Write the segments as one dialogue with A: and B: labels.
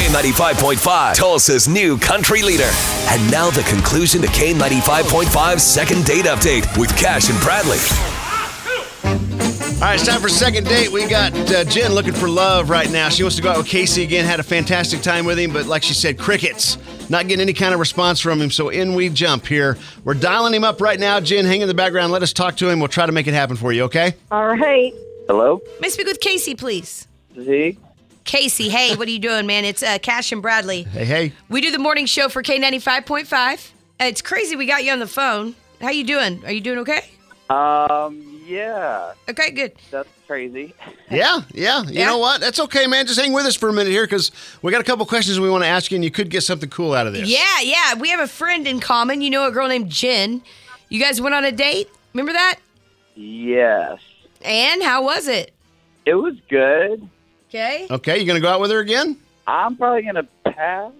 A: K95.5, Tulsa's new country leader. And now the conclusion to K95.5's second date update with Cash and Bradley.
B: All right, it's time for second date. We got uh, Jen looking for love right now. She wants to go out with Casey again. Had a fantastic time with him, but like she said, crickets. Not getting any kind of response from him. So in we jump here. We're dialing him up right now. Jen, hang in the background. Let us talk to him. We'll try to make it happen for you. Okay?
C: All right.
D: Hello,
E: May I speak with Casey, please?
D: Z.
E: Casey, hey, what are you doing, man? It's uh, Cash and Bradley.
B: Hey, hey.
E: We do the morning show for K95.5. Uh, It's crazy we got you on the phone. How you doing? Are you doing okay?
D: Um, yeah,
E: Okay, good.
D: that's crazy.
B: Yeah, yeah. You
E: Yeah.
B: know what? That's okay, man. Just hang with us for a minute here because we got a couple questions we want to ask you, and you could get something cool out of this.
E: Yeah, yeah. We have a friend in common. You know a girl named Jen. You guys went on a date. Remember that?
D: Yes,
E: And how was it?
D: it was good.
E: Okay.
B: Okay, you gonna go out with her again?
D: I'm probably gonna pass.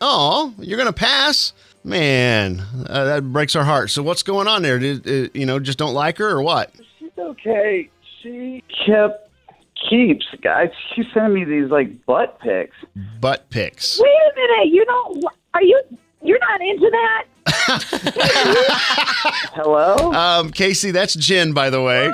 B: Oh, you're gonna pass, man. Uh, that breaks our heart. So what's going on there? Did uh, you know? Just don't like her or what?
D: She's okay. She kept keeps guys. She sending me these like butt pics.
B: Butt pics.
C: Wait a minute. You don't. Are you? You're not into that.
D: Hello.
B: Um, Casey, that's Jen, by the way.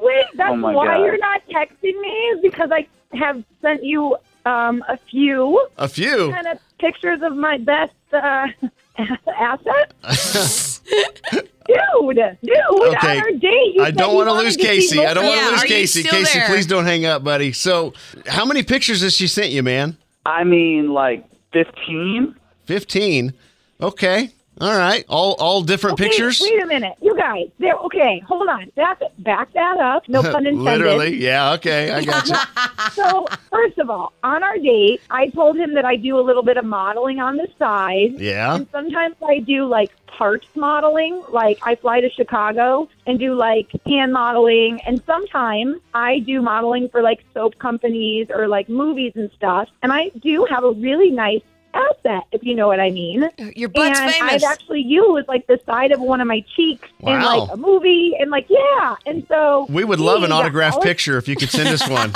C: Wait. That's
D: Oh my
C: why
D: God.
C: you're not texting me is because I have sent you um, a few
B: A few.
C: kind of pictures of my best uh, assets. dude, dude,
B: Okay.
C: on our date, you
B: I
C: said
B: don't
C: you
B: want to
C: wanted
B: lose
C: see
B: Casey. I don't
C: more-
B: want to
E: Yeah,
B: lose
E: are you
B: Casey.
E: still
B: Casey,
E: there?
B: please don't hang up, buddy. So, how many pictures has she sent you, man?
D: I mean, like fifteen.
B: 15. Okay. All right. All all different
C: Wait,
B: pictures?
C: Wait, a minute, you guys. There. Okay, hold on. Back back that up. No pun intended.
B: Literally. Yeah, okay. I got you.
C: So, first of all, on our date, I told him that I do a little bit of modeling on the side.
B: Yeah.
C: And sometimes I do like parts modeling. Like I fly to Chicago and do like hand modeling. And sometimes I do modeling for like soap companies or like movies and stuff. And I do have a really nice asset, if you know what I mean.
E: Your butt's
C: and
E: famous.
C: I've actually used like the side of one of my cheeks in
B: Wow.
C: like a movie and like, yeah. And so
B: We would love
C: he
B: an
C: got
B: autographed
C: all-
B: picture if you could send us one.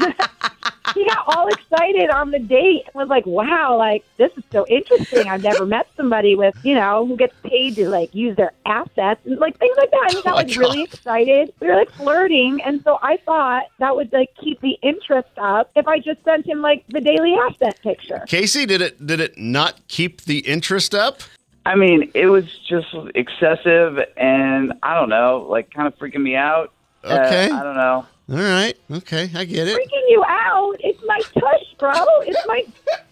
C: he got all excited on the date and was like, "Wow, like this is so interesting. I've never met somebody with you know who gets paid to like use their assets and like things like that." And he got
B: Oh my
C: like really excited. We were like flirting, and so I thought that would like keep the interest up if I just sent him like the daily asset picture.
B: Casey, did it did it not keep the interest up?
D: I mean, it was just excessive, and I don't know, like kind of freaking me out. Uh,
B: Okay.
D: I don't know.
B: All right. Okay. I get it.
C: Freaking you out! It's my tush, bro. It's my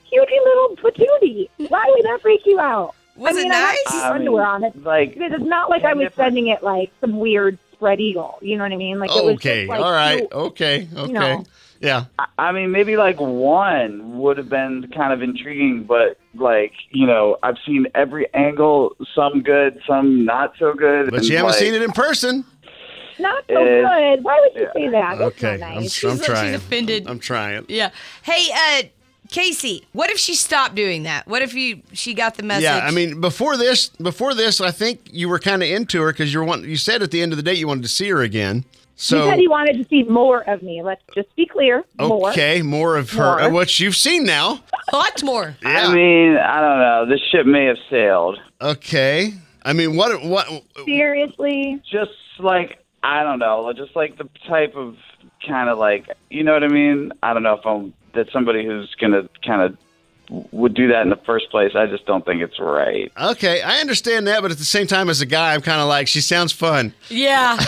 C: cutie little patootie. Why would that freak you out?
E: Was
C: I
E: it
C: mean, I have
E: nice?
C: cute underwear on it.
D: Like
C: Because it's not like I was
D: different.
C: sending it like some weird spread eagle. You know what I mean? Like it was just,
B: Okay.
C: like,
B: All right.
C: you-
B: Okay. Okay.
C: know.
B: Yeah.
D: I mean, maybe like one would have been kind of intriguing, but like you know, I've seen every angle, some good, some not so good.
B: But you haven't seen it in person.
C: Not so
D: Uh,
C: good. Why would you say that? That's
B: Okay.
C: Not
B: I'm, I'm
C: nice.
E: like- she's
B: trying.
E: offended.
B: I'm, I'm trying.
E: yeah. Hey, uh, Casey, what if she stopped doing that? What if you she got the message?
B: Yeah, I mean, before this, before this, I think you were kind of into her because you were want, you said at the end of the day you wanted to see her again. So
C: he said he wanted to see more of me. Let's just be clear. More.
B: okay, more of her,
C: More.
B: uh, which you've seen now.
E: lots more.
B: Yeah.
D: I mean, I don't know. This ship may have sailed.
B: okay, I mean, what what?
C: Seriously.
D: Just like I don't know, just like the type of kind of like you know what I mean. I don't know if I'm that somebody who's gonna kind of would do that in the first place. I just don't think it's right.
B: Okay, I understand that, but at the same time, as a guy, I'm kind of like she sounds fun.
E: Yeah.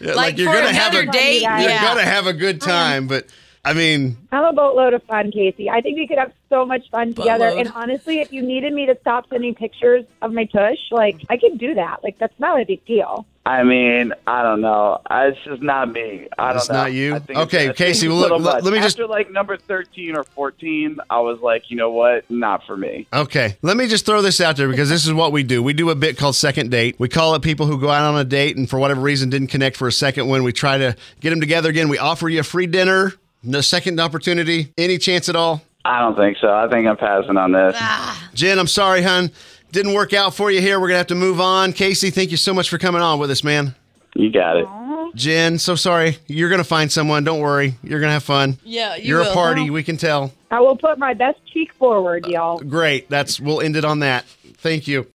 B: Yeah,
E: like, for
B: you're gonna have
E: another
B: a
E: date.
C: You're
B: you're
E: Yeah. Uh-huh.
B: gonna have a good time, but I mean,
C: I'm a boatload of fun, Casey. I think we could have so much fun together.
E: Boatload.
C: And honestly, if you needed me to stop sending pictures of my tush, like I could do that. Like that's not a big deal.
D: I mean, I don't know. I, it's just not me. I don't
B: That's
D: know.
B: not you?
D: I think it's-
B: Okay,
D: I think
B: Casey,
D: it's a
B: well,
D: little
B: let-
D: much.
B: let me just-
D: After like number thirteen or fourteen, I was like, you know what? Not for me.
B: Okay, let me just throw this out there because this is what we do. We do a bit called second date. We call up people who go out on a date and for whatever reason didn't connect for a second one. We try to get them together again. We offer you a free dinner, no second opportunity, any chance at all.
D: I don't think so. I think I'm passing on this.
E: Ah,
B: Jen, I'm sorry, hun. Didn't work out for you here. We're gonna have to move on. Casey, thank you so much for coming on with us, man.
D: You got it.
B: Jen, so sorry. You're gonna find someone. Don't worry. You're gonna have fun.
E: Yeah, you
B: You're a
E: will.
B: party. We can tell.
C: I will put my best cheek forward, y'all.
B: Great. That's we'll end it on that. Thank you.